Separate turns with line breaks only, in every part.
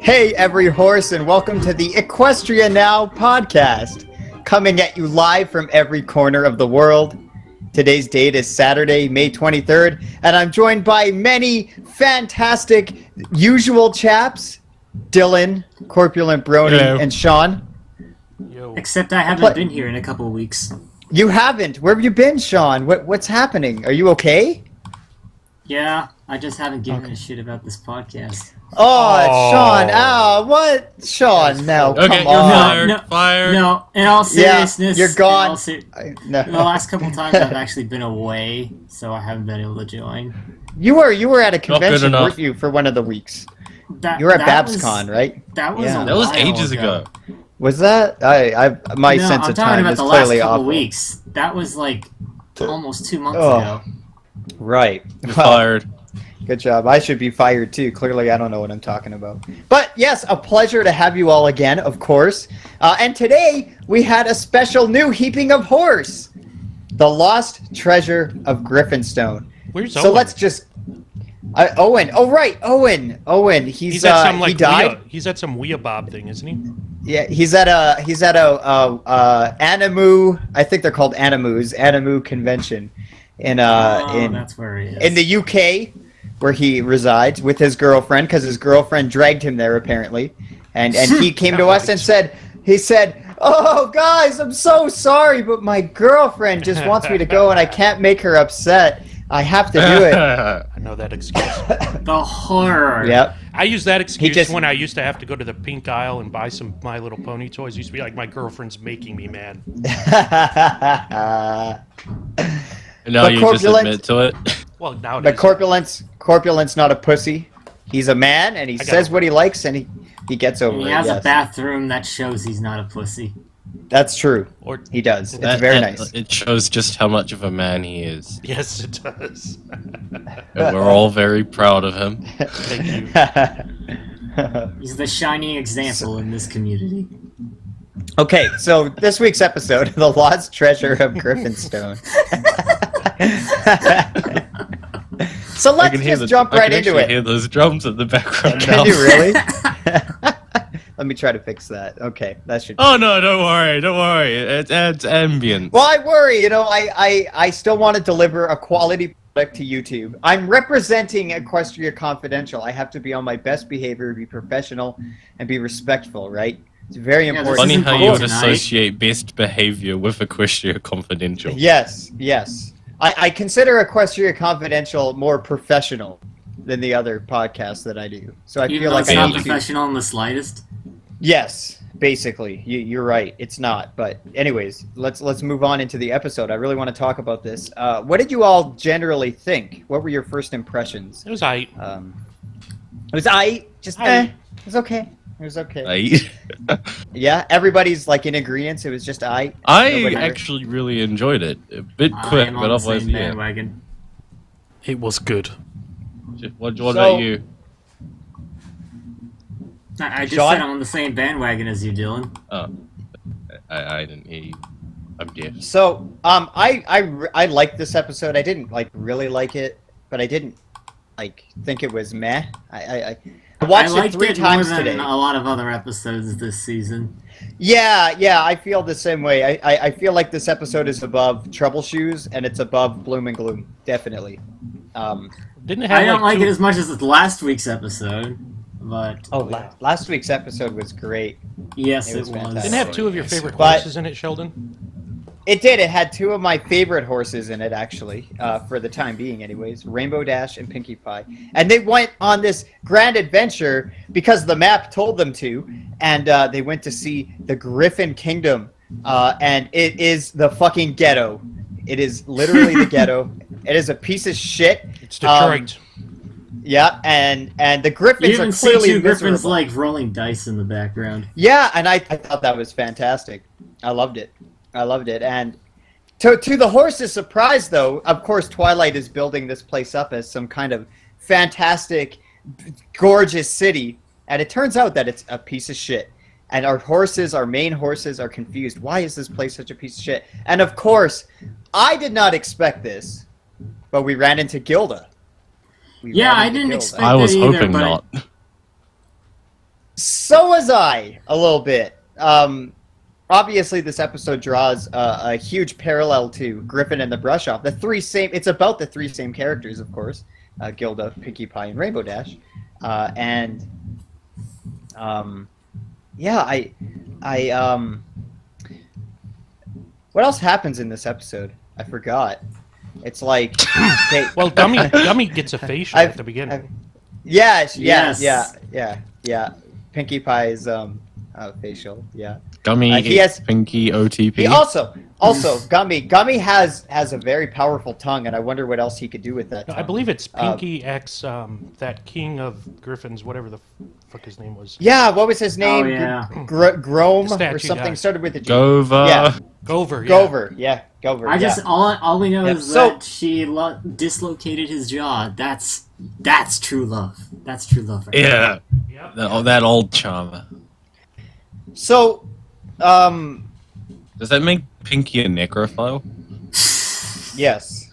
Hey, every horse, and welcome to the Equestria Now podcast, coming at you live from every corner of the world. Today's date is Saturday, May 23rd, and I'm joined by many fantastic, usual chaps Dylan, Corpulent Brony,
Hello.
and Sean.
Yo.
Except I haven't
What?
been here in a couple weeks.
You haven't. Where have you been, Sean? What, what's happening? Are you okay?
Yeah, I just haven't given a shit about this podcast.
Oh, Sean.
Oh.
Ah, what? Sean, no.
Okay,
come
you're
on.
fired.
No, no,
fired.
No, in all
Yeah,
seriousness,
you're gone.
in all ser-
I- no.
the last couple times I've actually been away, so I haven't been able to join.
You were you were at a convention,
enough.
weren't you, for one of the weeks?
That,
You were at
that was-
BabsCon, right?
That was
Yeah.
a
That was
while
ages ago.
Was that I? I my
no,
sense
I'm
of
talking
time
about
is
the
clearly
last couple
off.
weeks. That was like almost two months
Ugh.
ago.
Right.
You're
Well,
fired.
Good job. I should be fired too. Clearly, I don't know what I'm talking about. But yes, a pleasure to have you all again, of course. Uh, and today, we had a special new heaping of horse The Lost Treasure of Griffinstone.
Where's
so let's just. I Owen. Oh, right. Owen. Owen. He's,
He's, at
uh,
some like
he died.
wea- he's at some weeabob thing, isn't he?
Yeah, he's at a he's at a uh, uh, animu. I think they're called animus animu convention in uh
oh,
in
that's where it is.
in the UK where he resides with his girlfriend because his girlfriend dragged him there apparently, and and he came to us and said he said. Oh guys, I'm so sorry, but my girlfriend just wants me to go and I can't make her upset. I have to do it.
I know that excuse.
the horror.
yep.
I used that excuse
just-
when I used to have to go to the pink aisle and buy some My Little Pony toys. It used to be like my girlfriend's making me mad.
And now
But
you
corpulent-
just admit to it.
Well, now
But corpulence, corpulence, not a pussy. He's a man, and he
I got
says
it.
what he likes, and he, he gets over
And he
it.
has a
yes.
bathroom that shows he's not a pussy.
That's true.
Or
He does. It's
That-
very
that-
nice.
It shows just how much of a man he is.
yes, it does.
Uh,
And we're all very proud of him.
Thank you.
He's the shining example in this community.
okay, so this week's episode, the lost treasure of Griffinstone. so
I
let's
can hear
just
the,
jump
I can
right into
actually
it.
hear those drums in the background now.
Can you really? Let me try to fix that. Okay, that should.
Oh no! Don't worry. Don't worry. It's it's ambient.
Well, I worry. You know, I, I, I still want to deliver a quality product to YouTube. I'm representing Equestria Confidential. I have to be on my best behavior, be professional, and be respectful, right? It's very
Yeah, this
important.
Funny
isn't
how
cool
you would
tonight.
associate best behavior with Equestria Confidential.
Yes, yes. I, I consider Equestria Confidential more professional than the other podcasts that I do. So I
Even
feel
though
like
it's
I
not
need
Bailey.
to.
professional in the slightest.
Yes, basically, you, you're right. It's not, but anyways, let's let's move on into the episode. I really want to talk about this. Uh, what did you all generally think? What were your first impressions?
It was I.
Um, it was I just
I-
eh, it was okay. It was okay.
Right?
yeah, everybody's like in agreement. It was just I.
I
Nobody-
actually really enjoyed it. A bit
I
quick,
am
but
on the same
otherwise, yeah.
bandwagon.
It was good.
What, what
So-
about you?
I, I just
Sean?
said I'm on the same bandwagon as you, Dylan.
Oh, I, I didn't hear you. I'm deaf.
So um, I I re- I liked this episode. I didn't like really like it, but I didn't like think it was meh. I I, I, I watched
I liked
it three
it
times
more than uh,
today.
a lot of other episodes this season.
Yeah, yeah, I feel the same way. I, I, I feel like this episode is above Trouble Shoes and it's above Bloom and Gloom, definitely. Um,
Didn't it have
I don't like
two-
it as much as last week's episode, but
oh, last, last week's episode was great.
yes,
It
it
was
was.
fantastic.
Didn't it have two of your
Yes,
favorite
it
was.
horses in it, Sheldon.
It did. It had two of my favorite horses in it, actually, uh, for the time being, anyways Rainbow Dash and Pinkie Pie. And they went on this grand adventure because the map told them to, and uh, they went to see the Griffin Kingdom. Uh, and it is the fucking ghetto. It is literally the ghetto. It is a piece of shit.
It's
Um,
Detroit.
Yeah, and and the
You
Griffins are
even see
clearly
two griffins
miserable.
like rolling dice in the background. Oh,
yeah, and I, I thought that was fantastic. I loved it. I loved it. And to to the horse's surprise, though, of course, Twilight is building this place up as some kind of fantastic, gorgeous city, and it turns out that it's a piece of shit. And our horses, our main horses, are confused. Why is this place such a piece of shit? And of course, I did not expect this, but we ran into Gilda. we
Yeah,
wanted
I
to
didn't
kill
expect-
them.
I was
either,
hoping
but-
not.
So was I a little bit. Um, obviously, this episode draws uh, a huge parallel to Griffin and the Brush Off. The three same. It's about the three same characters, of course: uh, Gilda, Pinkie Pie, and Rainbow Dash. Uh, and um, yeah, I, I um, what else happens in this episode? I forgot. It's like they,
Well, Dummy Dummy gets a facial
I've-
at the beginning.
I've- yeah, sh- yeah,
Yes.
yeah, yeah, yeah. Pinkie Pie's um uh, facial, yeah.
Gummy,
Uh, he has-
Pinky, OTP.
He also also Gummy Gummy has has a very powerful tongue, and I wonder what else he could do with that.
I
tongue.
believe it's
Uh,
Pinky X, um, that king of Griffins, whatever the fuck his name was.
Yeah, what was his name?
Oh, yeah.
Gr- Gr- Grome
The statue
or something
guy.
started with a G.
Gova.
Yeah.
Gover. Yeah.
Gover, yeah, Gover.
I just
yeah.
all all we know
Yeah,
is
so-
that she lo- dislocated his jaw. That's that's true love. That's true love. Right
Yeah.
Yep.
That, oh, that old charmer.
so um
Does that make Pinky a necrophile?
yes.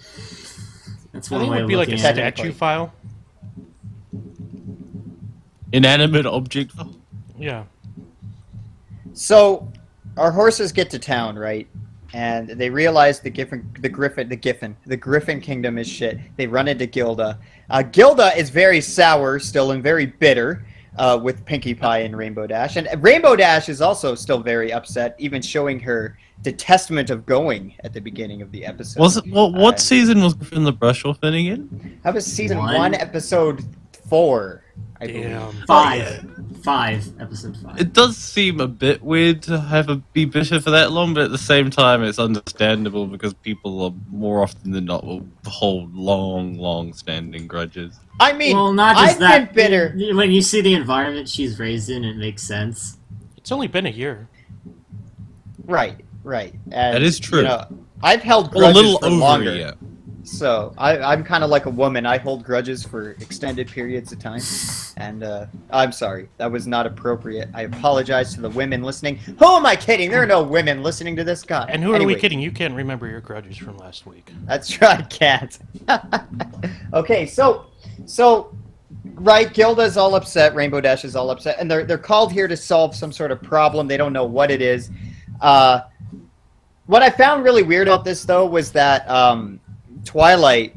That's
I
one
think it
way
would
of
be like
looking
a
yeah.
at it.
statue file.
Inanimate object?
Yeah.
So our horses get to town, right? And they realize the Giffen, the Griffin, the Giffen, the Griffin Kingdom is shit. They run into Gilda. Uh, Gilda is very sour still and very bitter uh, with Pinkie Pie and Rainbow Dash, and Rainbow Dash is also still very upset, even showing her detestment of going at the beginning of the episode.
Was it, what,
Uh,
what season was Griffin the Brush Off in again?
that was season
One?
one, episode four. I believe.
Damn.
Five, five, episode five.
It does seem a bit weird to have a be bitter for that long, but at the same time, it's understandable because people are more often than not will hold long, long standing grudges.
I mean,
well, not just
I've
that.
been bitter.
you- When you see the environment she's raised in, it makes sense.
It's only been a year.
Right, right. And,
That is true.
You know, I've held
Well, a
grudges
little
for
over
longer.
yet.
So I, I'm kind of like a woman. I hold grudges for extended periods of time, and uh, I'm sorry that was not appropriate. I apologize to the women listening. Who am I kidding? There are no women listening to this guy.
And who are
Anyway,
we kidding? You can't remember your grudges from last week.
That's right, cat. okay, so so right, Gilda's all upset. Rainbow Dash is all upset, and they're they're called here to solve some sort of problem. They don't know what it is. Uh, what I found really weird about this though was that um, Twilight,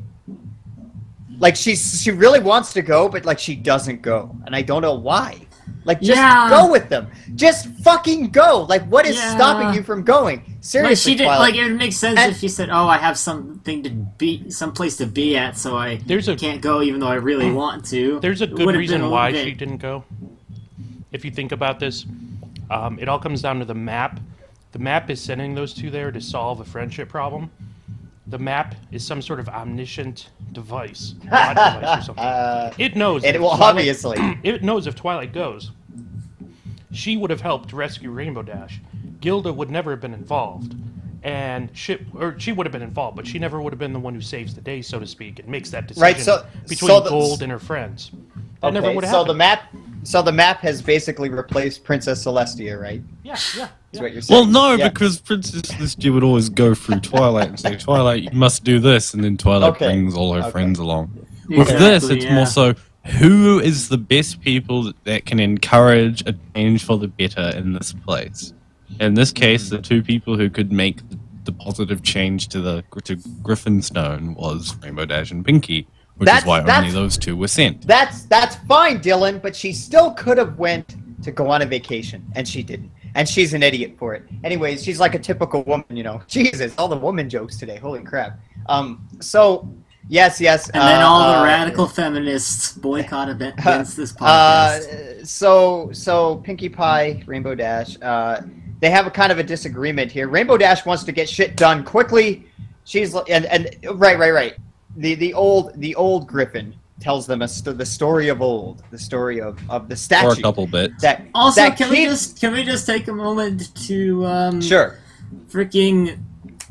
like she she really wants to go, but like she doesn't go, and I don't know why. Like just
Yeah.
go with them. Just fucking go. Like what is
Yeah.
stopping you from going? Seriously,
Like she did.
Twilight.
Like it would make sense
And-
if she said, "Oh, I have something to be, some place to be at, so I
There's a
can't go, even though I really want to."
There's a
It
good
would've
reason
been a
why
bit-
she didn't go. If you think about this, um, it all comes down to the map. The map is sending those two there to solve a friendship problem. The map is some sort of omniscient device, god device or something.
Uh,
It knows.
it
if
will
Twilight-
obviously.
It knows if Twilight goes, she would have helped rescue Rainbow Dash. Gilda would never have been involved, and she or she would have been involved, but she never would have been the one who saves the day, so to speak, and makes that decision
Right, so-
between
so the-
Gold and her friends. That
okay,
never would have
so the
happened.
map, so the map has basically replaced Princess Celestia, right?
yeah, yeah,
Is
yeah.
what you're saying?
Well, no,
Yeah.
because Princess Celestia would always go through Twilight and say, Twilight, you must do this, and then Twilight
Okay.
brings all her
Okay.
friends along. With
Exactly,
this, it's
yeah.
more so who is the best people that can encourage a change for the better in this place? In this case,
Hmm.
the two people who could make the positive change to the to Griffinstone was Rainbow Dash and Pinky, which
That's-
is why only
that's-
those two were sent.
that's that's fine, Dylan. But she still could have went to go on a vacation, and she didn't. And she's an idiot for it. Anyways, she's like a typical woman, you know. Jesus, all the woman jokes today. Holy crap. Um. So, yes, yes.
And then
uh,
all the
uh,
radical feminists boycotted it against this
Uh,
podcast.
so so Pinkie Pie, Rainbow Dash, uh, they have a kind of a disagreement here. Rainbow Dash wants to get shit done quickly. She's li- and and right right right. The the old the old Griffin tells them a st- the story of old, the story of of the statue
Or a couple bits.
that
also,
that
can we
keeps-
just can we just take a moment to um,
sure
freaking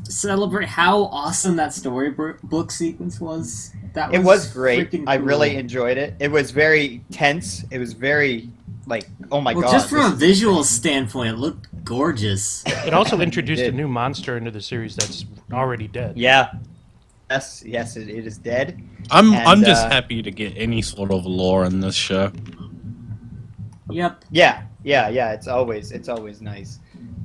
celebrate how awesome that storybook sequence was? That was
it was great.
freaking
I
cool.
really enjoyed it. It was very tense. It was very like oh my
well,
god.
just
this
from a
is-
visual standpoint, it looked gorgeous.
It also introduced a
did.
new monster into the series that's already dead.
yeah. Yes, yes, it, it is dead.
I'm
And,
I'm just
uh,
happy to get any sort of lore in this show.
Yep.
Yeah, yeah, yeah. It's always it's always nice.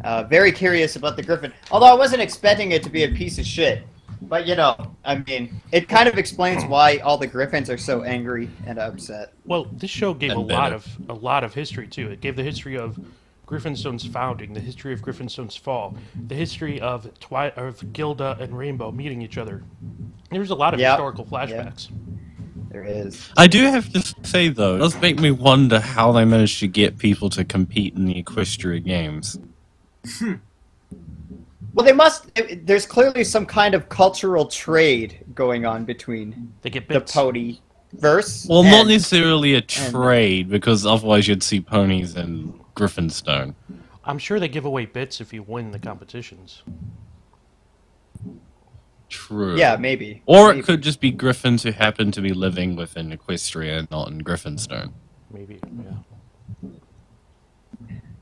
Uh, very curious about the Griffin, although I wasn't expecting it to be a piece of shit. But you know, I mean, it kind of explains why all the Griffins are so angry and upset.
Well, this show gave a
And
lot
Bennett.
of a lot of history too. It gave the history of Griffinstone's founding, the history of Griffinstone's fall, the history of Twi- of Gilda and Rainbow meeting each other. There's a lot of
Yeah.
historical
Yeah.
flashbacks.
There is.
I do have to say though, it does make me wonder how they managed to get people to compete in the Equestria Games.
Well, they must. eh, There's clearly some kind of cultural trade going on between
They get
the
bits.
pony verse.
Well, not
and-
necessarily a trade because otherwise you'd see ponies in Griffinstone.
I'm sure they give away bits if you win the competitions.
True.
Yeah, maybe.
Or
Maybe.
it could just be Griffins who happen to be living within Equestria, and not in Griffinstone.
Maybe, yeah.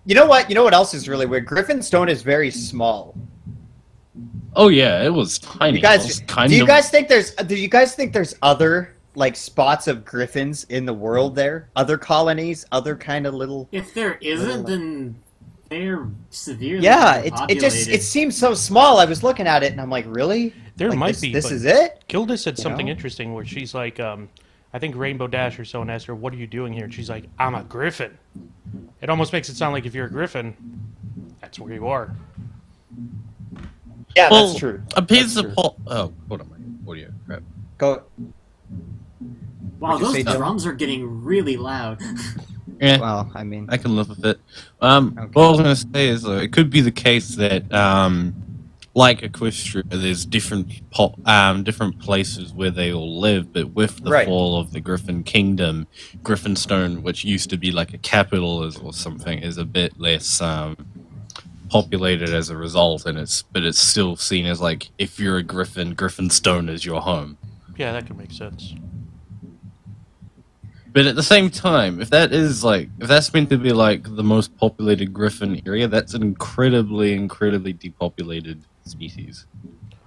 You know what? You know what else is really weird? Griffinstone is very small.
Oh yeah, it was tiny.
You
it
guys,
was kind
do you
of
guys think there's? Do you guys think there's other like spots of griffins in the world? There, other colonies, other kind of little.
If there isn't, then they're severely
Yeah, it, it just
overpopulated.
it seems so small. I was looking at it and I'm like, really?
There
Like,
might
this,
be.
This
but
is it?
Gilda said something
know?
interesting where she's like, um, I think Rainbow Dash or someone asked her, "What are you doing here?" And she's like, "I'm a griffin." It almost makes it sound like if you're a griffin, that's where you are.
Yeah,
well,
that's true.
A piece
That's
of
true.
pol- oh, what am I? Audio crap.
Go.
Wow,
Would you
those
say no?
drums are getting really loud.
Eh,
Well, I mean,
I can live with it. Um,
Okay.
What I was going to say is, though, it could be the case that, um, like Equestria, there's different po- um, different places where they all live, but with the
Right.
fall of the Griffin Kingdom, Griffinstone, which used to be like a capital is, or something, is a bit less um, populated as a result, and it's but it's still seen as like if you're a Griffin, Griffinstone is your home.
Yeah, that could make sense.
But at the same time, if that is like if that's meant to be like the most populated griffin area, that's an incredibly, incredibly depopulated species.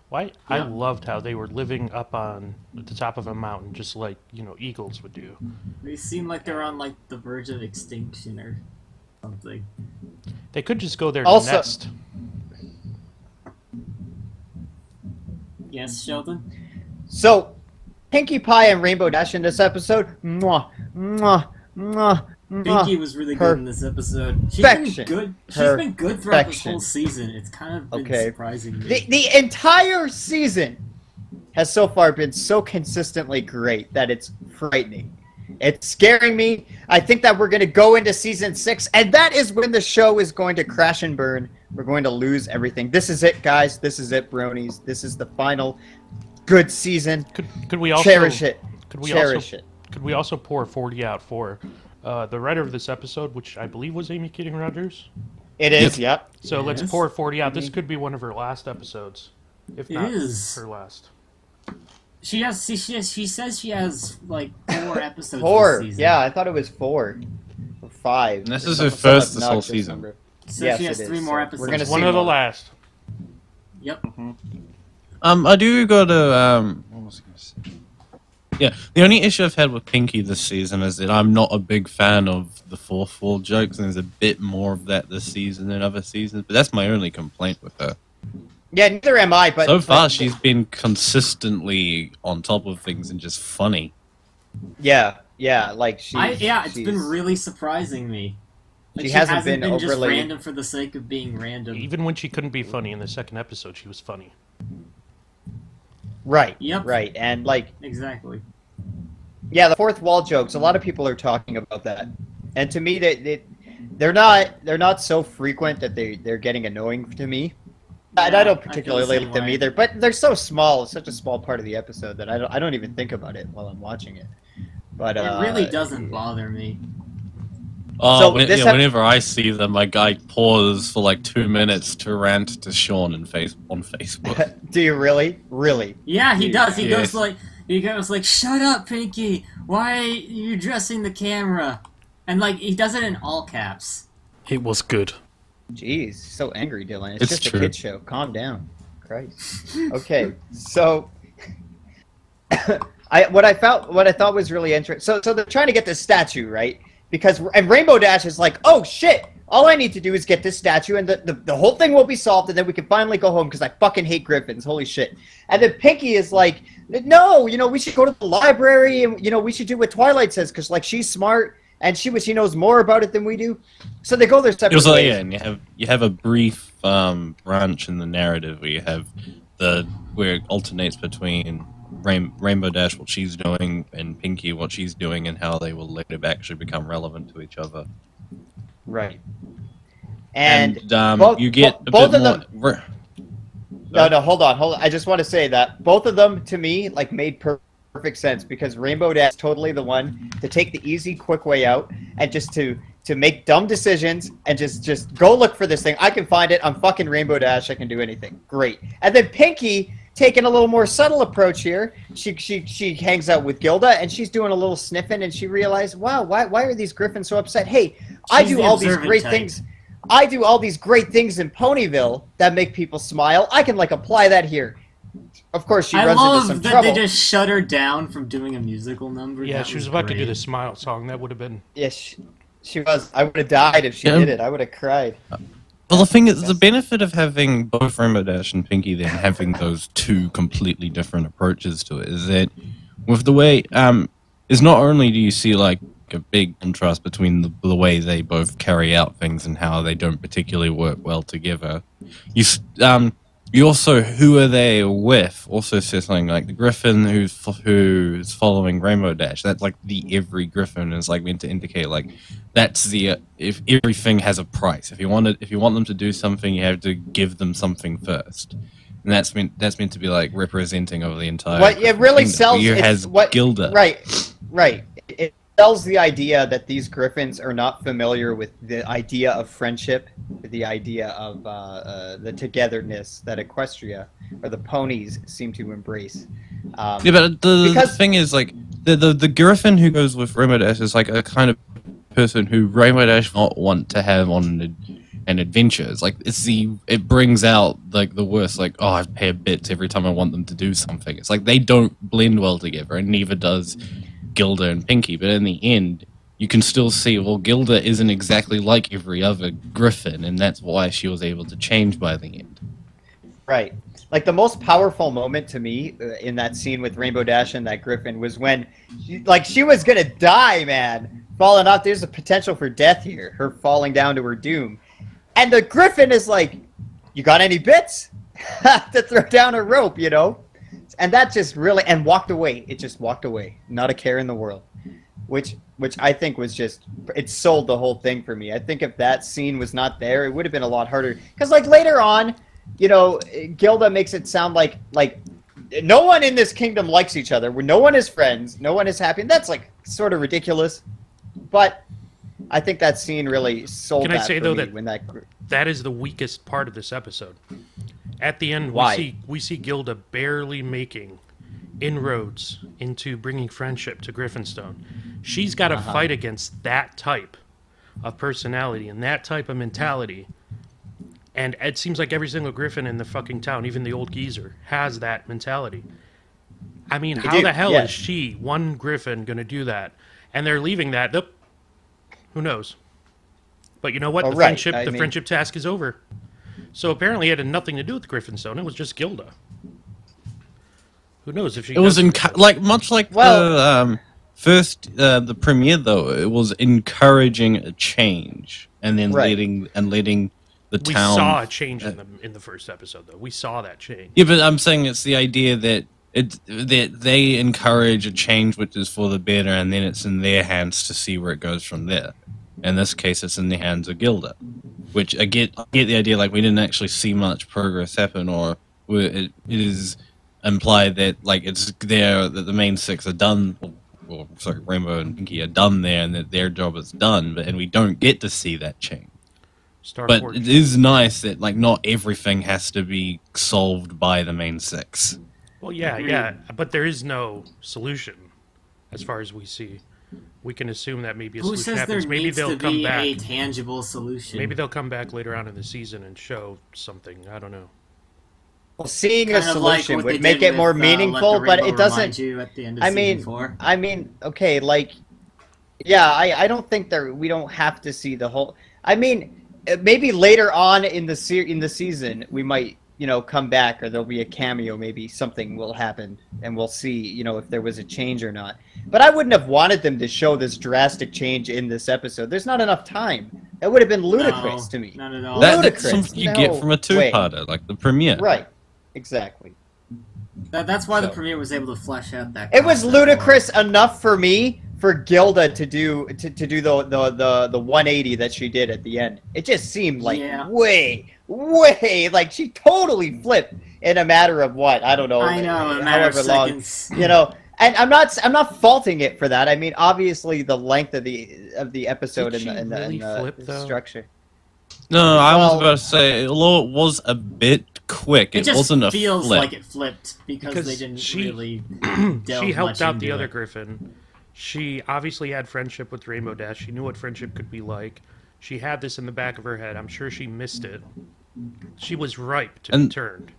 Why? I
Yeah.
loved how they were living up on the top of a mountain, just like you know eagles would do.
They seem like they're on like the verge of extinction or something.
They could just go there to
Also-
nest.
Yes, Sheldon.
so Pinkie Pie and Rainbow Dash in this episode. Mwah, mwah, mwah, mwah.
Pinky was really good in this episode. She's
Perfection.
been good. She's been good throughout this
Perfection.
whole season. It's kind of been
Okay.
surprising.
The, the entire season has so far been so consistently great that it's frightening. It's scaring me. I think that we're going to go into season six, and that is when the show is going to crash and burn. We're going to lose everything. This is it, guys. This is it, bronies. This is the final good season.
Could could we also
Cherish it.
Could we
Cherish
also
it.
could we also pour forty out for uh, the writer of this episode, which I believe was Amy Keating Rogers?
It is, yep.
So let's
Yes.
pour 40 out. This
Mhm.
could be one of her last episodes, if
It
not
is.
her last.
She has. She, she has. She says she has like four episodes.
Four.
This season.
Yeah, I thought it was four. Or five.
And this
Or
is her
some- some
first this whole
obnoxious
season.
number.
So
Yes,
she
it
has
is.
three
So
more
we're
episodes.
gonna
One
see
of the
more.
last.
Yep.
Um, I do gotta um. What was I gonna say? Yeah, the only issue I've had with Pinky this season is that I'm not a big fan of the fourth wall jokes, and there's a bit more of that this season than other seasons. But that's my only complaint with her.
Yeah, neither am I, but.
so far,
but-
she's been consistently on top of things and just funny.
Yeah, yeah, like she.
I, yeah, it's
she's-
been really surprising me. Like,
She hasn't been
just
overly-
random for the sake of being random.
Even when she couldn't be funny in the second episode, she was funny.
right.
Yep.
Right, and like
Exactly.
yeah, the fourth wall jokes. A lot of people are talking about that, and to me, they, they they're not they're not so frequent that they they're getting annoying to me. and
Yeah,
I
I feel
don't
the
particularly
same
like them
way.
either, but they're so small. It's such a small part of the episode that I don't I don't even think about it while I'm watching it. But uh,
it really doesn't bother me.
Oh,
So
when-
this
yeah,
hap-
whenever I see them, my guy pauses for like two minutes to rant to Sean in face- on Facebook.
Do you really, really?
Yeah, he does. He
Yes.
goes like, he goes like, "Shut up, Pinky! Why are you dressing the camera?" And like, he does it in all caps.
It was good.
Jeez, so angry, Dylan. It's,
It's
just
true.
a kid show. Calm down, Christ. Okay, so I what I felt what I thought was really interesting. So so they're trying to get this statue right because and Rainbow Dash is like, oh shit. All I need to do is get this statue, and the, the, the whole thing will be solved, and then we can finally go home because I fucking hate Griffins. Holy shit. And then Pinky is like, no, you know, we should go to the library, and, you know, we should do what Twilight says because, like, she's smart, and she she knows more about it than we do. So they go their
It
separate
was like,
ways.
yeah, and you have you have a brief um, branch in the narrative where you have the where it alternates between Rain, Rainbow Dash what she's doing and Pinky what she's doing and how they will later actually become relevant to each other.
Right. And,
um,
both-
you get
bo- both
a bit
of
more,
them- no, no, hold on, hold on. I just want to say that both of them to me like made per- perfect sense because Rainbow Dash is totally the one to take the easy, quick way out and just to to make dumb decisions and just just go look for this thing. I can find it. I'm fucking Rainbow Dash. I can do anything. Great. And then Pinky taking a little more subtle approach here. She she she hangs out with Gilda and she's doing a little sniffing and she realized, wow, why why are these Griffins so upset? Hey, I
She's
do
the
all these
observant
great
type.
things. I do all these great things in Ponyville that make people smile. I can like apply that here. Of course, she
I
runs into
love
some
that
trouble.
they just shut her down from doing a musical number.
Yeah,
That
she was about to do
great.
the smile song. That would have been.
Yeah, she, she was. I would have died if she
Yeah.
did it. I would have cried.
Well, the thing is, the benefit of having both Rainbow Dash and Pinky then having those two completely different approaches to it is that with the way um, is not only do you see like a big contrast between the, the way they both carry out things and how they don't particularly work well together, you s- um, you also who are they with also says something like the Griffin who's f- who's following Rainbow Dash. That's like the every Griffin is like meant to indicate like that's the uh, if everything has a price. If you want to, if you want them to do something, you have to give them something first, and that's meant that's meant to be like representing of the entire.
What it
Griffin
really
kingdom.
sells
You
it's
has
what
Gilda,
Right, right. It sells the idea that these Griffins are not familiar with the idea of friendship, the idea of uh, uh, the togetherness that Equestria or the ponies seem to embrace. Um,
Yeah, but the,
Because-
the thing is, like the, the the Griffin who goes with Rainbow Dash is like a kind of person who Rainbow Dash not want to have on an, an adventure. It's like it's the it brings out like the worst. Like oh, I pay a bit every time I want them to do something. It's like they don't blend well together, and neither does Gilda and Pinky. But in the end. You can still see, well, Gilda isn't exactly like every other Griffin, and that's why she was able to change by the end.
Right. Like the most powerful moment to me uh, in that scene with Rainbow Dash and that Griffin was when, she, like, she was gonna die, man, falling off. There's a potential for death here. Her falling down to her doom, and the Griffin is like, "You got any bits to throw down a rope?" You know, and that just really and walked away. It just walked away, not a care in the world, which which I think was just it sold the whole thing for me. I think if that scene was not there, it would have been a lot harder. Because like later on, you know, Gilda makes it sound like like no one in this kingdom likes each other. Where no one is friends, no one is happy. And that's like sort of ridiculous, but I think that scene really sold.
Can I
that
say,
for
though,
me
that-
when that gr-
That is the weakest part of this episode. At the end,
Why?
we see we see Gilda barely making inroads into bringing friendship to Griffinstone. She's got to fight against that type of personality and that type of mentality. And it seems like every single Griffin in the fucking town, even the old geezer, has that mentality. I mean, how
do,
the hell
yeah.
is she, one Griffin, going to do that? And they're leaving that. Nope. Who knows? But you know what?
Oh,
the
right.
friendship,
I
the
mean-
friendship task is over. So apparently, it had nothing to do with Griffinstone. It was just Gilda. Who knows if she?
It was
does-
encu- like much like
Well-
the um, first uh, the premiere though. It was encouraging a change and then
Right.
leading and leading the
We
town. Uh,
saw a change in the in the first episode, though. We saw that change.
Yeah, but I'm saying it's the idea that it that they encourage a change which is for the better, and then it's in their hands to see where it goes from there. In this case, it's in the hands of Gilda, which I get I get the idea. Like we didn't actually see much progress happen, or where it, it is implied that like it's there that the main six are done. Or, or, sorry, Rainbow and Pinky are done there, and that their job is done. But and we don't get to see that change.
Star
But
Forge.
it is nice that like not everything has to be solved by the main six.
Well, yeah, yeah, but there is no solution as far as we see. We can assume that maybe a
Who
solution
says there
happens. Maybe
needs
they'll
to
come
be
back.
a tangible solution?
Maybe they'll come back later on in the season and show something. I don't know.
Well, seeing a
Kind of like
solution
what they
would make
did
it more
with, uh, Let the
meaningful, but
Rainbow
it doesn't.
Remind You at the end of
I
season
mean,
four.
I mean, okay, like, yeah, I, I don't think there we don't have to see the whole. I mean, uh, maybe later on in the se- in the season we might you know come back or there'll be a cameo, maybe something will happen and we'll see you know if there was a change or not. But I wouldn't have wanted them to show this drastic change in this episode. There's not enough time. That would have been ludicrous
No,
to me.
Not at all.
That- that's
Ludicrous.
something you get
Oh, No
from a two-parter, like the premiere.
Right. Exactly.
That- that's why the
So-
premiere was able to flesh out that.
It was
concept
ludicrous enough for me for Gilda to do to, to do the, the the the 180 that she did at the end. It just seemed like
Yeah.
way way like she totally flipped in a matter of what I don't know.
more. I know. In a matter of
however long,
seconds.
you know. And I'm not I'm not faulting it for that. I mean, obviously the length of the of the episode
Did
and the,
she
and the,
really
and the
flip, though?
structure.
No, I
Well-
was about to say, although it was a bit quick,
It,
it,
just
wasn't a
feels
flip.
like it flipped because,
Because
they didn't
she-
really. delve
she helped
much
out the
into
other
it.
Griffin. She obviously had friendship with Rainbow Dash. She knew what friendship could be like. She had this in the back of her head. I'm sure she missed it. She was ripe to
And-
be turned.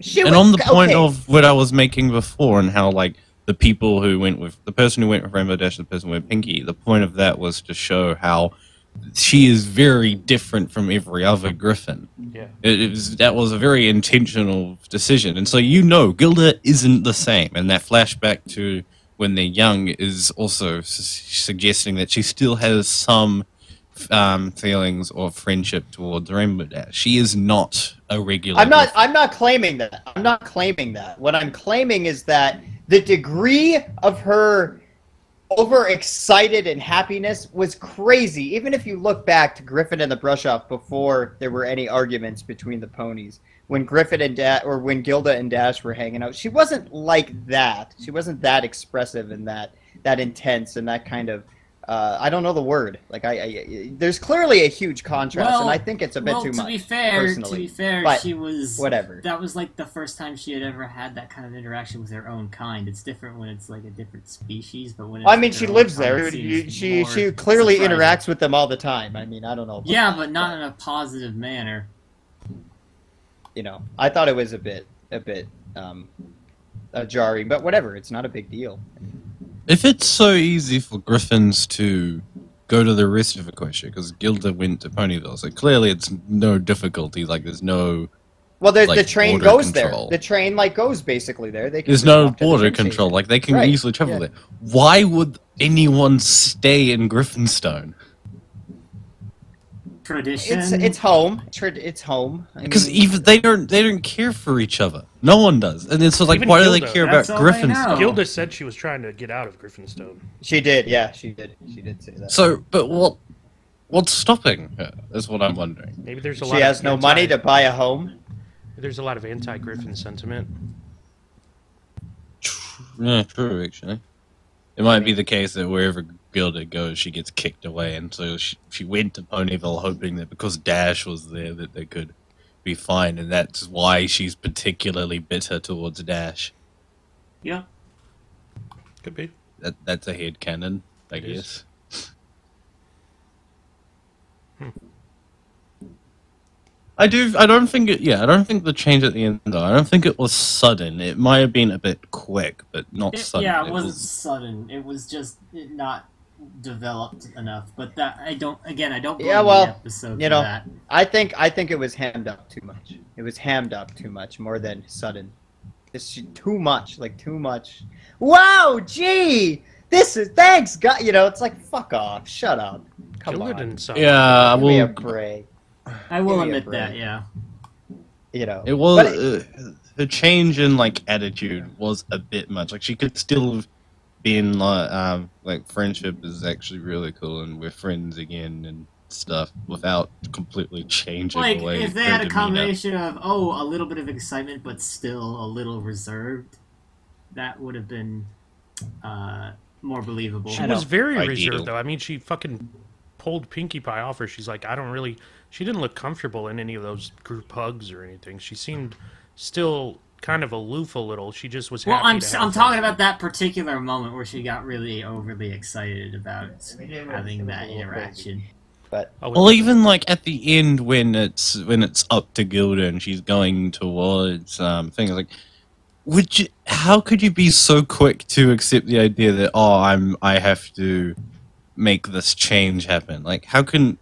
She
and
was-
on the point
okay.
of what I was making before and how like the people who went with the person who went with Rainbow Dash, the person who went with Pinky, the point of that was to show how she is very different from every other Griffin.
Yeah.
It, it was that was a very intentional decision, and so you know Gilda isn't the same, and that flashback to when they're young is also su- suggesting that she still has some um, feelings or friendship towards Rainbow Dash. She is not a regular.
I'm not.
Griffin.
I'm not claiming that. I'm not claiming that. What I'm claiming is that the degree of her overexcited and happiness was crazy. Even if you look back to Griffin and the brush off before there were any arguments between the ponies, when Griffin and da- or when Gilda and Dash were hanging out, she wasn't like that. She wasn't that expressive and that that intense and that kind of. Uh, I don't know the word. Like I, I, there's clearly a huge contrast,
Well-
and I think it's a bit
well,
too
to
much.
be fair, to
personally,
be fair,
but
she was.
whatever.
That was like the first time she had ever had that kind of interaction with her own kind. It's different when it's like a different species, but when it's
I mean,
their
she
own
lives
kind,
there.
it
You-
seems
She
more
she clearly
surprising.
interacts with them all the time. I mean, I don't know. about
Yeah,
that,
but not in a positive manner.
you know. I thought it was a bit a bit um, uh, jarring, but whatever. It's not a big deal.
If it's so easy for Griffins to go to the rest of Equestria, because Gilda went to Ponyville, so clearly it's no difficulty. Like there's no
Well, there's
Like,
the train
border
goes
control.
there. The train like goes basically there. They can
there's
just
no
walk to the
border
train station.
control. Like they can
Right,
easily travel
yeah.
there. Why would anyone stay in Griffinstone?
Tradition.
It's it's home. Tr- It's home. I
Because
Mm.
mean,
even they don't they don't care for each other. No one does. And it's so like
Even
why do they
Gilda,
care about
that's all they know.
Griffinstone?
Gilda said she was trying to get out of Griffinstone.
she did. Yeah, she did. She did say that.
So, but what what's stopping her is what I'm wondering.
Maybe there's a lot.
she has
of
no
anti-
money to buy a home.
There's a lot of anti-Griffin sentiment.
Yeah, true. Actually, it might be the case that wherever Gilda goes, she gets kicked away, and so she, she went to Ponyville hoping that because Dash was there, that they could be fine, and that's why she's particularly bitter towards Dash.
yeah.
Could be.
That that's a head cannon, I
It is.
guess.
Hmm.
I do. I don't think it. Yeah, I don't think the change at the end though. I don't think it was sudden. It might have been a bit quick, but not
It,
sudden.
yeah, it
It
wasn't
was-
sudden. It was just not developed enough. But that I don't. Again, I don't.
Yeah,
blame
well,
the episode
you
for
know,
that.
I think I think it was hammed up too much. It was hammed up too much, more than sudden. This too much, like too much. Wow, gee, this is thanks, God. You know, it's like fuck off, shut up, come
Gilda
on,
didn't suck.
Yeah,
give me a
well,
break.
I will
Give me a
admit that.
break.
Yeah.
You know,
It was
But
uh, her change in like attitude was a bit much. Like she could still have been like um, like friendship is actually really cool and we're friends again and stuff without completely changing
Like
away
if they
her
had a
demeanor.
combination of oh a little bit of excitement but still a little reserved, that would have been uh, more believable.
She was very
Ideal.
reserved, though. I mean, she fucking pulled Pinkie Pie off her. She's like, I don't really. She didn't look comfortable in any of those group hugs or anything. She seemed still kind of aloof a little. She just was.
well,
happy
I'm
to
s-
have
I'm
friends.
talking about that particular moment where she got really overly excited about
Yeah,
having
it was a
that
little
interaction.
But
I would
Well,
love
even like at the end when it's when it's up to Gilda and she's going towards um, things like, would you? How could you be so quick to accept the idea that oh, I'm I have to make this change happen? Like, how can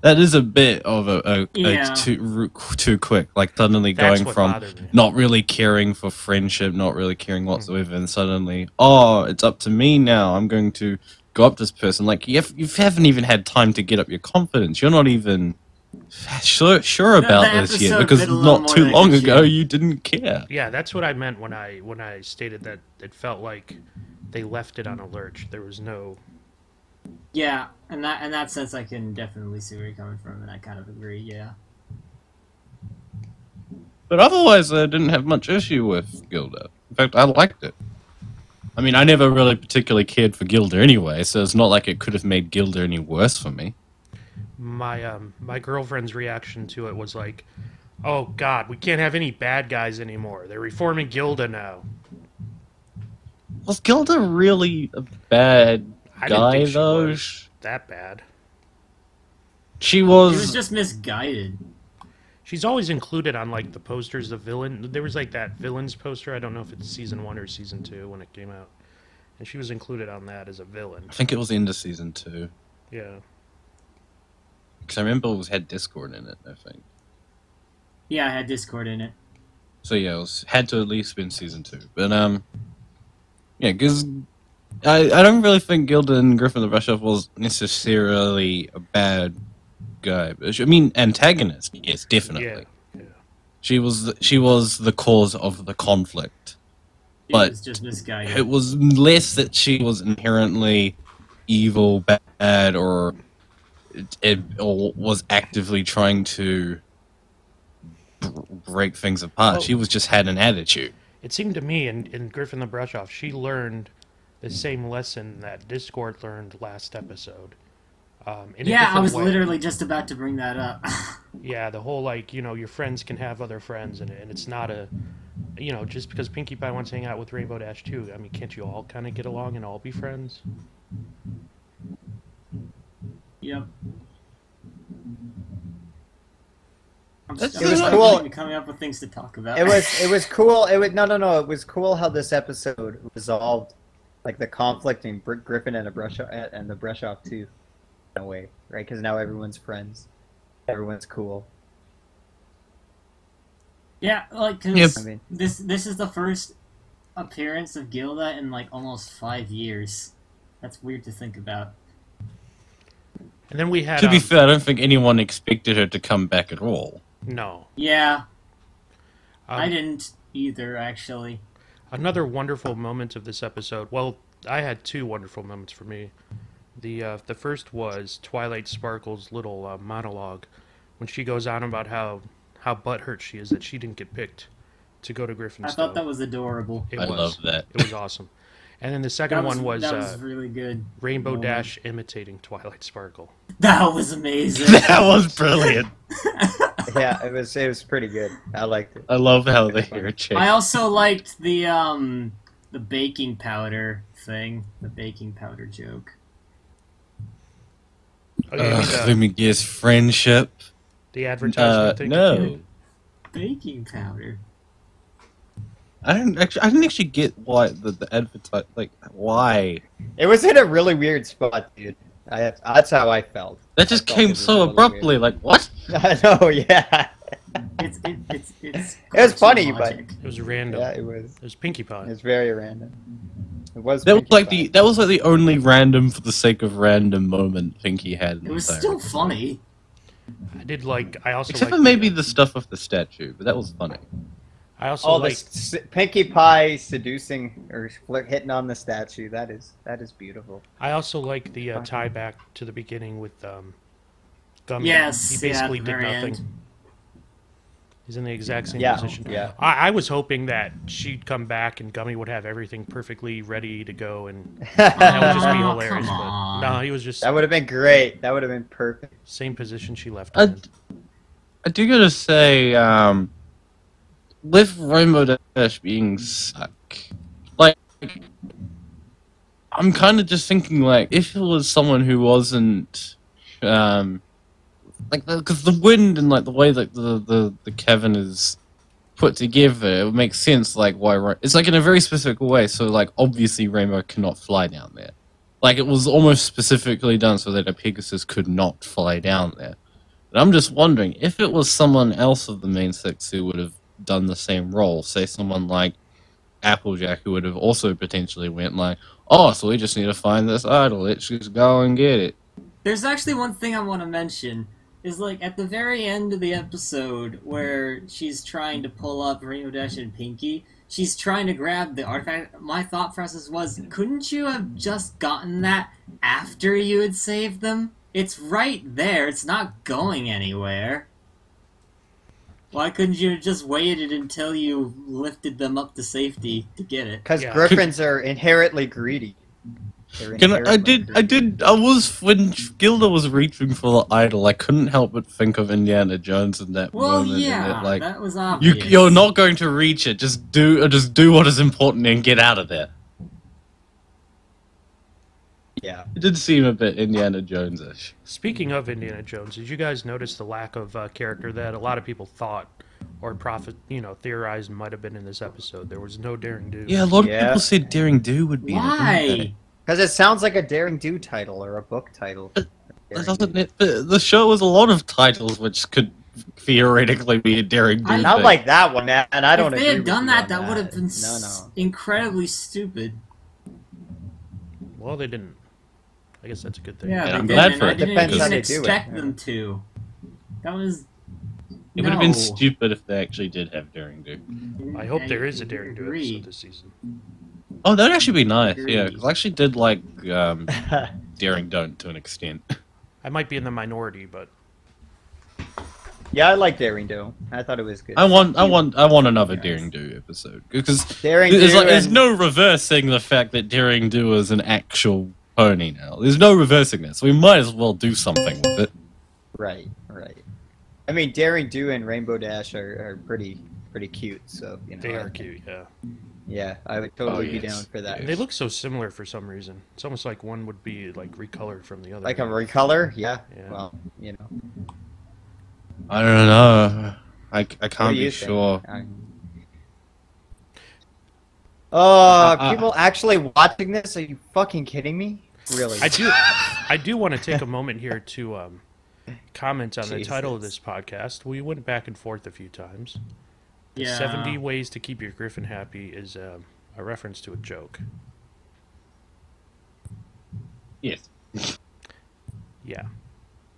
that is a bit of a, a,
Yeah.
a too r- too quick. Like suddenly
That's
going
what
from
bothered me.
not really caring for friendship, not really caring
Hmm.
whatsoever, and suddenly oh, it's up to me now. I'm going to go up to this person. Like you, have, you haven't even had time to get up your confidence. You're not even sure, sure
the
about this yet
episode
because
did a little
not
more
too
than
long
it
ago
should.
you didn't care.
Yeah, that's what I meant when I when I stated that it felt like they left it on a lurch. There was no
Yeah, and that in that sense, I can definitely see where you're coming from, and I kind of agree. Yeah.
But otherwise, I didn't have much issue with Gilda. In fact, I liked it. I mean, I never really particularly cared for Gilda anyway, so it's not like it could have made Gilda any worse for me.
my um my girlfriend's reaction to it was like, "Oh God, we can't have any bad guys anymore. They're reforming Gilda now."
Was Gilda really a bad
I didn't
guy,
think she
though?
was.
Sh-
That bad.
She
It
was.
was just misguided.
She's always included on like the posters, the villain. There was like that villains poster. I don't know if it's season one or season two when it came out, and she was included on that as a villain.
I think it was into season two.
Yeah,
Because I remember it was, had Discord in it, I think.
Yeah, I had Discord in it.
So yeah, it was, had to at least been season two. But um, yeah, because I I don't really think Gilda and Griffin the Rushoff was necessarily a bad guy. But she- I mean, antagonist, yes,
yeah,
definitely.
yeah.
She was the, she was the cause of the conflict.
It
But-
was just misguided.
It was less that she was inherently evil, bad, or it, or was actively trying to br- break things apart.
Oh.
She was just had an attitude.
It seemed to me, in, in Griffin the Brushoff, she learned the same lesson that Discord learned last episode. Um, in a
yeah, I
different
was
way.
literally just about to bring that up.
Yeah, the whole like you know your friends can have other friends, and, and it's not a, you know, just because Pinkie Pie wants to hang out with Rainbow Dash too. I mean, can't you all kind of get along and all be friends?
yep. I'm
That's-
I'm
it was
sorry,
cool.
I'm coming up with things to talk about.
it was it was cool. It was no no no. It was cool how this episode resolved like the conflict in Br- Griffin and a brush and the brush off too, in a way, right? Because now everyone's friends, everyone's cool.
yeah, like 'cause
Yep.
I mean,
this this is the first appearance of Gilda in like almost five years. That's weird to think about.
And then we had
to be
um,
fair, I don't think anyone expected her to come back at all.
no,
Yeah,
um,
I didn't either actually.
another wonderful moment of this episode. Well, I had two wonderful moments for me. The uh, the first was Twilight Sparkle's little uh, monologue when she goes on about how how butthurt she is that she didn't get picked to go to Gryffindor.
I thought that was adorable.
it
I
was.
love that.
It was awesome. And then the second
That was,
one was,
that
uh,
was really good.
Rainbow
moment.
Dash imitating Twilight Sparkle.
That was amazing.
that was brilliant.
yeah, it was it was pretty good. I liked it.
I love how they hair
I
changed.
also liked the um the baking powder thing, the baking powder joke.
Oh, you mean
Ugh,
the,
let me guess, friendship.
the
Uh,
advertisement thing?
no,
Baking powder.
I don't actually. I didn't actually get why the, the advertise like why
It was in a really weird spot, dude. I, that's how I felt.
That just
I thought it
came
was
so
really
abruptly. Like what?
I know, yeah,
It's it, it's it's.
It was funny,
logic.
It was random.
yeah. It was
It was Pinkie Pie.
it was very random. It was
That was
Pinkie
like
Pie.
the that was like the only random for the sake of random moment Pinky had. in
It was
the
still
show.
funny.
I did like. I also
except for
liked
maybe
uh,
the stuff of the statue, but that was funny.
I also
all
liked,
this s- Pinkie Pie seducing or flirt, hitting on the statue. That is that is beautiful.
I also like the uh,
Fine.
tie back to the beginning with um, Gumby.
Yes,
he
yeah,
basically
at the
did
very
nothing.
end.
He's in the exact same
Yeah,
position.
yeah.
I, I was hoping that she'd come back and Gummy would have everything perfectly ready to go, and that would just
Oh,
be
come
hilarious. But
on.
no, he was just
That would have been great. That would have been perfect.
same position she left.
I,
Uh,
him in.
I do gotta say, um, with Rainbow Dash being suck, like I'm kind of just thinking like if it was someone who wasn't, um, like because the, wind and like the way that the the the cavern is put together, it makes sense like why Ra- it's like in a very specific way. So like obviously Rainbow cannot fly down there. Like it was almost specifically done so that a Pegasus could not fly down there. And I'm just wondering if it was someone else of the main six who would have done the same role, say someone like Applejack, who would have also potentially went like, oh, so we just need to find this idol. Let's just go and get it.
There's actually one thing I want to mention is like at the very end of the episode where she's trying to pull up Rainbow Dash and Pinky. She's trying to grab the artifact. My thought process was, couldn't you have just gotten that after you had saved them? It's right there. It's not going anywhere. Why couldn't you have just waited until you lifted them up to safety to get it?
Because
Yeah.
griffins are inherently greedy. They're
Can I, I
inherently
did, I
greedy.
did, I was when Gilda was reaching for the idol. I couldn't help but think of Indiana Jones in that
Well,
moment. and
yeah,
it, like
that was
you,
obvious.
you're not going to reach it. Just do, just do what is important and get out of there.
Yeah.
It did seem a bit Indiana Jones-ish.
Speaking of Indiana Jones, did you guys notice the lack of uh, character that a lot of people thought or prophet, you know, theorized might have been in this episode? There was no daring do.
Yeah, a lot
Yeah.
of people said Daring Do would be. in it, didn't they?
Why?
Because it sounds like a Daring Do title or a book title.
But-
Daring
doesn't it? The, the show has a lot of titles which could theoretically be a daring do.
I-
Do. Not
thing.
like that one, man. And I don't.
If they
agree
had
with
done
you
that,
on
that would have been
No,
s-
no.
incredibly stupid.
Well, they didn't. I guess that's a good thing.
Yeah,
And
they
I'm
did,
glad
and
for
I
it,
didn't
Depends
even
how they do it,
expect
yeah.
them to. That was.
It would have been
no.
stupid if they actually did have daring do.
I hope there is a daring do episode this season.
Oh, that'd actually be nice. Yeah,
Agreed.
'cause I actually did like um, daring don't to an extent.
I might be in the minority, but
Yeah, I like Daring Do. I thought it was good.
I want, I want, I want another
Yes.
daring do episode because
Daring
there's,
Do.
like, there's
and-
no reversing the fact that daring do is an actual pony now. There's no reversing this. We might as well do something with it.
Right, right. I mean, Daring Do and Rainbow Dash are, are pretty pretty cute. So you know.
they
I-
are cute. Yeah,
Yeah, I would totally
Oh,
be
yes,
down for that.
yes.
they look so similar for some reason. It's almost like one would be like recolored from the other.
Like a recolor, yeah.
Yeah.
Well, you know. What
I don't know. I, I can't
do you
be
think?
sure.
I- Uh,
Uh,
people actually watching this? Are you fucking kidding me? Really?
I do. I do want to take a moment here to um, comment on the title of
Jesus.
this podcast. We went back and forth a few times. The
Yeah.
70 ways to keep your griffin happy is um, a reference to a joke.
Yes.
Yeah.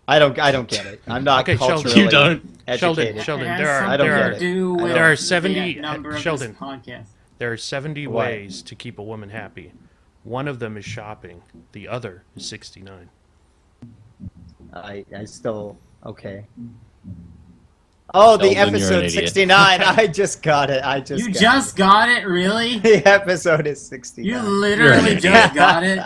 I don't. I don't get it. I'm not
Okay, Sheldon.
culturally
You don't.
educated.
Sheldon,
It has
there are-
something
there are-
to do with
there
the
are 70
number of this
Sheldon.
podcast.
There are 70
What?
ways to keep a woman happy. One of them is shopping. The other is 69.
I, I still okay. Oh, the
Sheldon, Mm-hmm. you're an
episode
idiot.
69. I just got it. I just
You
got
just got it, really?
it. the episode is
You
69.
literally
idiot.
just got it.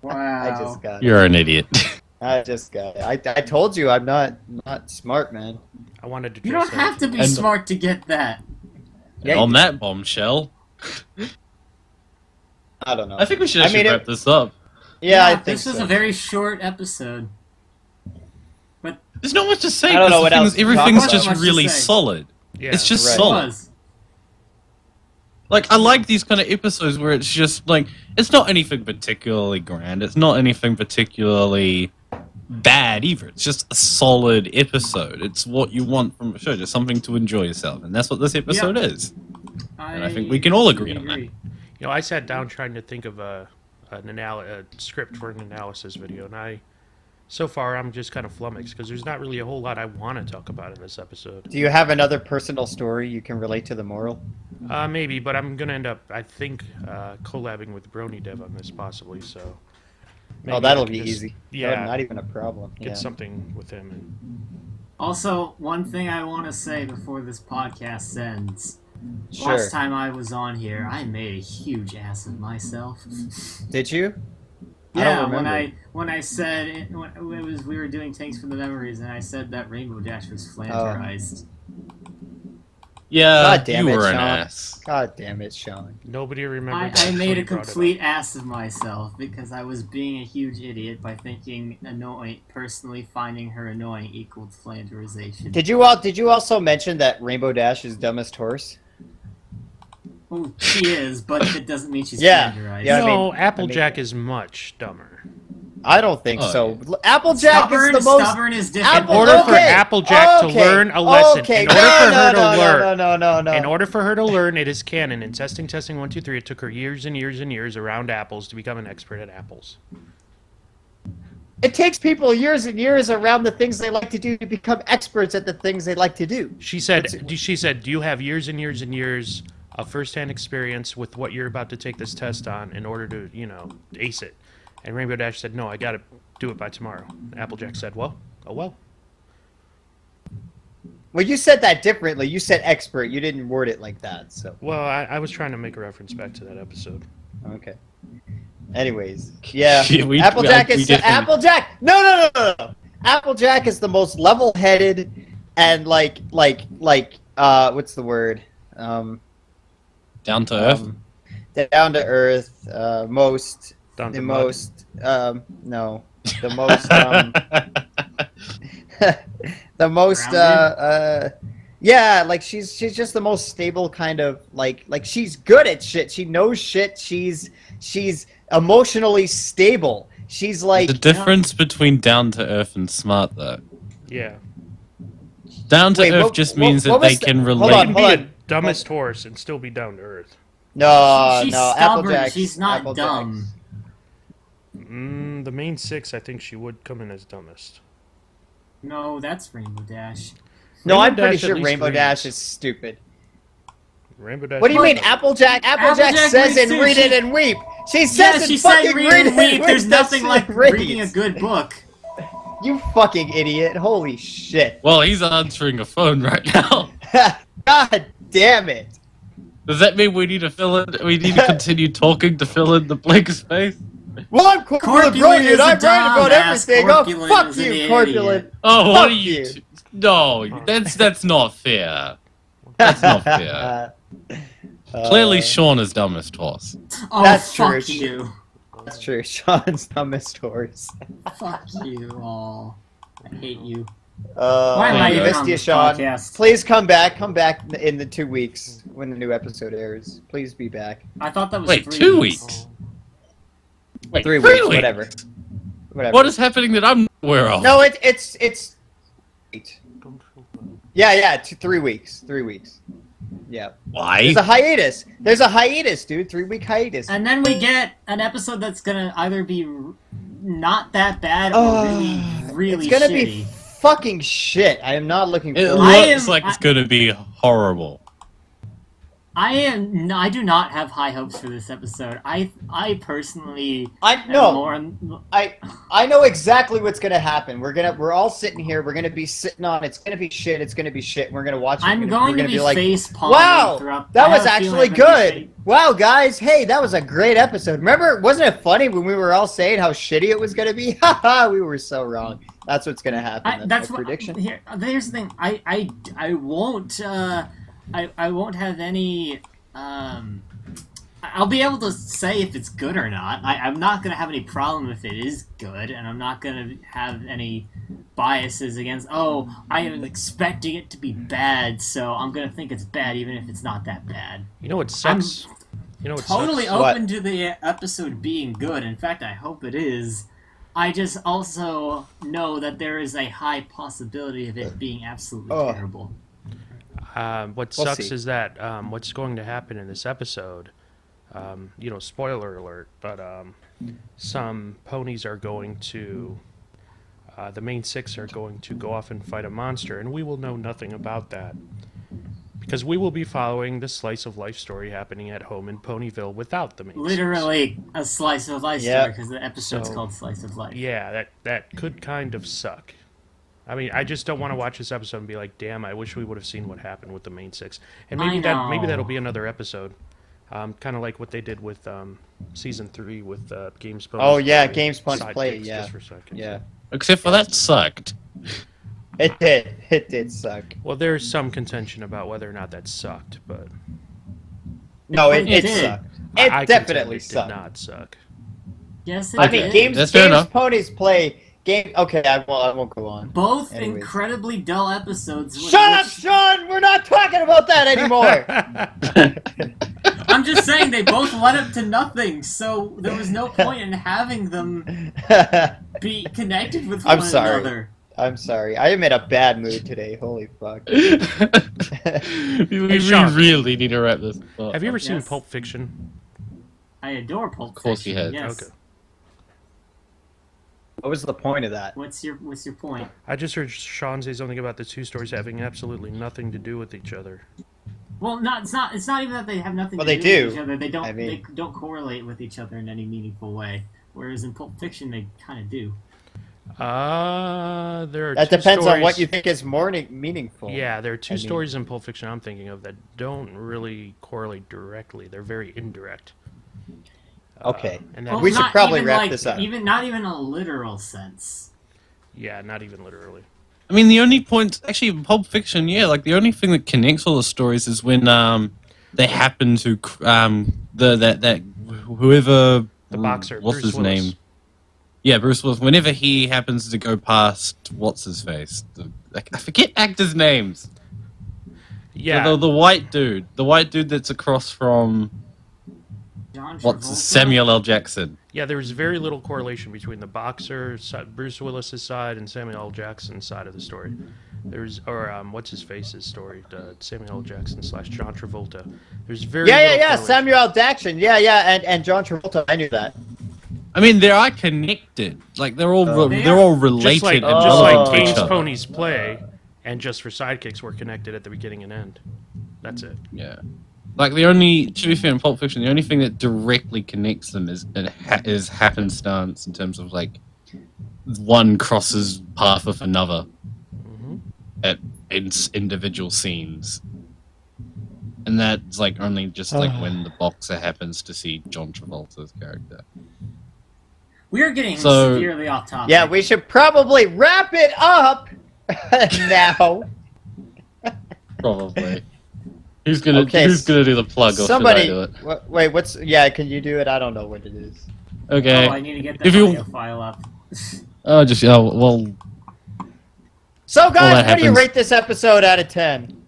Wow.
I just got it.
You're an idiot.
I just got it. I, I told you I'm not not smart, man.
I wanted to.
you
trace
don't have to
everything.
be
And-
smart to get that.
Yeah,
on
you-
that bombshell,
I don't know.
I think we should
I
actually
mean, it-
wrap this up.
Yeah, I think
this was
so.
a very short episode.
There's not much to say.
I don't
'cause
know
the
what
thing
else
is
to talk
everything's
about.
just
Not much to
really
say.
solid.
Yeah.
It's just
Right.
It
solid.
was.
Like I like these kind of episodes where it's just like it's not anything particularly grand. It's not anything particularly bad either. It's just a solid episode. It's what you want from a show. Just something to enjoy yourself, and that's what this episode is.
I,
I think we can all agree on that.
You know, I sat down trying to think of a an anal- a script for an analysis video, and I, so far, I'm just kind of flummoxed because there's not really a whole lot I want to talk about in this episode.
Do you have another personal story you can relate to the moral? Oh,
Uh,
Mm-hmm.
maybe, but I'm gonna end up, I think, uh, collabing with Brony Dev on this possibly. So. maybe I
oh, that'll
can
be
just-
easy.
Yeah.
Oh, not even a problem.
Get
Yeah.
something with him. And,
Also, one thing I want to say before this podcast ends.
sure.
Last time I was on here, I made a huge ass of myself.
Did you? I don't
Yeah, when
remember.
I when I said it, when it was we were
Oh.
doing tanks for the memories, and I said that Rainbow Dash was flanderized.
Yeah,
God damn
you
it,
were an
Sean.
ass.
God damn it, Sean.
Nobody
I,
remembered. that
I
until
made
you
a
brought it up.
complete ass of myself because I was being a huge idiot by thinking annoying, personally finding her annoying equaled flanderization.
Did you all? Did you also mention that Rainbow Dash is dumbest horse?
Oh, she is, but that doesn't mean she's
Yeah,
flanderized.
yeah, I mean-
no, Applejack is much dumber.
I don't think
Oh,
so. Applejack
stubborn,
is the most.
stubborn is
Apple-
different.
In order for
okay,
Applejack to
okay,
learn a lesson,
Okay.
in
no,
order for
no,
her to
no,
learn,
No, no, no, no, no.
in order for her to learn, it is canon. In testing, testing one, two, three, it took her years and years and years around apples to become an expert at apples.
it takes people years and years around the things they like to do to become experts at the things they like to do.
She said, do- "She said, do you have years and years and years of firsthand experience with what you're about to take this test on in order to, you know, ace it?" And Rainbow Dash said, "No, I got to do it by tomorrow." Applejack said, "Well, oh well."
Well, you said that differently. You said expert. You didn't word it like that. So
Well, I, I was trying to make a reference back to that episode.
okay. Anyways, yeah.
Yeah, we-
Applejack
we- we
is
definitely-
Applejack. No, no, no, no, no. Applejack is the most level-headed and like, like, like. Uh, what's the word? Um,
Down to earth.
um, down to earth. Uh, most
Down
the
to mud.
most um no the most um the most uh uh yeah like she's she's just the most stable kind of like like she's good at shit she knows shit she's she's emotionally stable she's like
the difference between down to earth and smart, though.
Yeah,
Down to
Wait,
earth
what-
just
what-
means
what
that they
was the-
can
hold
relate.
on,
you can be
hold
a dumbest horse and still be down to earth.
no
She's
no
stubborn.
applejack
She's not
Applejack's-
dumb.
Mm, the main six, I think she would come in as dumbest.
No, that's Rainbow Dash.
no
Rainbow
i'm pretty
Dash at
sure
least
rainbow
reads.
dash is stupid
Rainbow Dash.
what do you
is
mean
dumb.
applejack applejack,
Applejack
says
reads
and
too.
read
She-
it and weep she says
Yeah, she
and
said
fucking
read and weep. There's
That's
nothing
what
like
it
reading a
reads.
good book.
You fucking idiot. Holy shit.
Well, he's answering a phone right now.
God damn it.
Does that mean we need to fill in? We need to continue talking to fill in the blank space?
Well, I'm corpulent, bro,
Corpulent is
dude.
a
I'm right about
dumbass.
everything. Oh,
Corpulent
fuck
is an
you,
idiot.
corpulent.
Oh, what
Fuck
are you?
you.
t- no, that's that's not fair. That's not fair.
Uh,
Clearly, Sean is dumbest horse.
Oh,
That's
fuck
true.
you.
That's true. Sean's dumbest horse.
fuck you all. I hate you.
Uh,
Why am
I
we
even
missed
on
you,
this
Sean.
podcast?
Please come back. Come back in the two weeks when the new episode airs. Please be back.
I thought that was
Wait,
three
two
weeks.
weeks?
Wait, three,
three
weeks,
weeks?
Whatever. Whatever.
What is happening that I'm not aware of?
No, it, it's it's eight. Yeah, yeah, t- three weeks. Three weeks. Yeah.
Why?
There's a hiatus. There's a hiatus, dude. Three week hiatus.
And then we get an episode that's gonna either be r- not that bad or
Oh,
really, really
it's gonna
shitty.
be fucking shit. I am not looking
It
forward.
I
looks
am-
like it's going to be horrible.
I am. I do not have high hopes for this episode. I, I personally
I
am
no.
more. on-
I I know exactly what's gonna happen. We're gonna we're all sitting here. We're gonna be sitting on. It's gonna be shit. It's gonna be shit. and We're gonna watch. it,
I'm
we're gonna,
going
we're
to
gonna
be,
be like,
face palming
wow,
throughout. I
that
have
was
a feeling
actually
I'm gonna be
good. Wow, guys, hey, that was a great episode. Remember, wasn't it funny when we were all saying how shitty it was gonna be? Haha, we were so wrong. That's what's gonna happen.
I,
that's,
that's
my
what
prediction.
Here, here's the thing. I, I, I won't. Uh, I, I won't have any. Um, I- I'll be able to say if it's good or not. I, I'm not gonna have any problem if it is good, and I'm not gonna have any biases against. Oh, I am expecting it to be bad, so I'm gonna think it's bad, even if it's not that bad.
You know what sucks? you know what
Totally
sucks?
What?
open to the episode being good. In fact, I hope it is. I just also know that there is a high possibility of it being absolutely
Oh.
terrible.
Um, what
We'll
sucks
see.
is that um, what's going to happen in this episode. Um, you know, spoiler alert, but um, some ponies are going to. Uh, the main six are going to go off and fight a monster, and we will know nothing about that. Because we will be following the slice of life story happening at home in Ponyville without the main six.
Literally a slice of life
Yeah.
because the episode's
So-
called Slice of Life.
Yeah, that, that could kind of suck. I mean, I just don't want to watch this episode and be like, "Damn, I wish we would have seen what happened with the main six. And
I
maybe that maybe
know.
that'll be another episode, um, kind of like what they did with um, season three with uh, Games Punch.
Oh, yeah, Games Punch Play, yeah.
just for a second.
Yeah.
Except for that sucked.
It did. It did suck.
Well, there's some contention about whether or not that sucked, but
No, it,
It
it,
did.
sucked.
I-
It
I contend
definitely
it
sucked.
Did not suck.
Yes, it
I
did.
mean, games,
That's fair
games
enough.
ponies play game. Okay, I won't. I won't go on.
Both
Anyways.
incredibly dull episodes. with
Shut up,
which-
Sean. We're not talking about that anymore.
I'm just saying they both led up to nothing, so there was no point in having them be connected with one
I'm sorry.
another.
I'm sorry. I am in a bad mood today. Holy fuck.
we we
Sean.
really need to wrap this up.
Have you ever seen
Yes.
Pulp Fiction?
I adore Pulp
Of course
Fiction.
he has.
Yes.
Okay.
What was the point of that?
What's your What's your point?
I just heard Sean say something about the two stories having absolutely nothing to do with each other.
Well, not it's not it's not even that they have nothing.
Well,
to
they
do
do.
With each other. They don't
I mean-
they don't correlate with each other in any meaningful way. Whereas in Pulp Fiction, they kind of do.
Uh, there are
That
two
depends on what
stories-
you think is more ne- meaningful.
Yeah, there are two
I mean-
stories in Pulp Fiction I'm thinking of that don't really correlate directly. They're very indirect.
Okay.
Uh, and that,
Well,
We should
not
probably
even,
wrap
like,
this up.
Even not even a literal sense.
yeah, not even literally.
I mean, the only point, actually, in Pulp Fiction, yeah, like the only thing that connects all the stories is when um they happen to cr- um the that that wh- whoever
The boxer,
what's
Bruce
his
Willis.
name? Yeah, Bruce Willis. Whenever he happens to go past what's his face, the, like, I forget actors' names.
Yeah,
the, the white dude, the white dude that's across from
John
what's
Travolta?
Samuel L. Jackson.
yeah. There was very little correlation between the boxer, si- Bruce Willis's side, and Samuel L. Jackson's side of the story. There's or um, what's his face's story? Uh, Samuel L. Jackson slash John Travolta. There's very
Yeah, yeah,
little
yeah.
correlation.
Samuel L. Jackson. Yeah, yeah, and and John Travolta. I knew that.
I mean, they are connected. Like they're all
Uh,
re-
They
they're
are-
all related
just like,
and
Oh.
just
relevant
like
Oh.
to
King's
each other.
Ponies play, and just for sidekicks were connected at the beginning and end. That's it.
Yeah. Like the only, to be fair, in Pulp Fiction, the only thing that directly connects them is it ha- is happenstance in terms of like one crosses path with another
hmm
Mm-hmm. at its individual scenes, and that's like only just like when the boxer happens to see John Travolta's character.
We are getting
So-
severely off topic.
Yeah, we should probably wrap it up now.
Probably. Who's gonna
Okay,
Who's
s-
gonna do the plug? Or
Somebody.
Should I do it?
wha- wait, what's? Yeah, can you do it? I don't know what it is.
Oh,
Okay.
I need to get that
If you-
audio file up.
oh, just oh well.
So, guys, what
that
do you
happens.
rate this episode out of ten?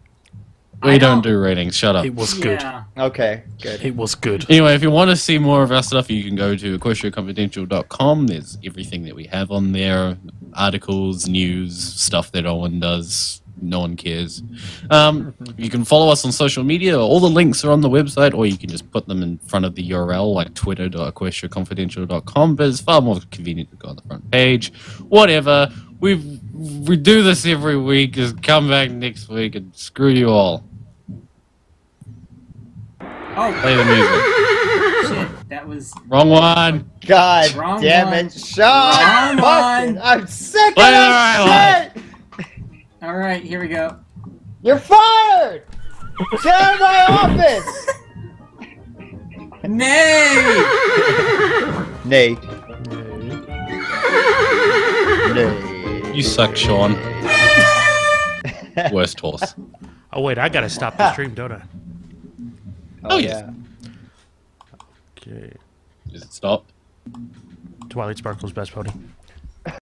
We
I
don't do ratings. Shut up.
It was good.
Yeah.
Okay, good.
It was good.
Anyway, if you want to see more of our stuff, you can go to equestriaconfidential.com. There's everything that we have on there articles, news, stuff that no one does, no one cares. Um, you can follow us on social media. All the links are on the website, or you can just put them in front of the URL like twitter.equestriaconfidential.com. But it's far more convenient to go on the front page. Whatever. We we do this every week. Just come back next week and screw you all.
Oh
Play the music.
shit, that was
Wrong one.
God
Wrong
damn
one.
it, Sean!
Wrong
fucking-
one.
I'm sick
Wait,
of
wait,
this shit.
all right. Here we go.
You're fired. Get out of my office.
Nay.
Nay. Nay.
You suck, Sean. Worst horse.
Oh wait, I gotta stop the stream, don't I?
Oh, yes.
Okay.
Is it stopped?
Twilight Sparkle's best pony.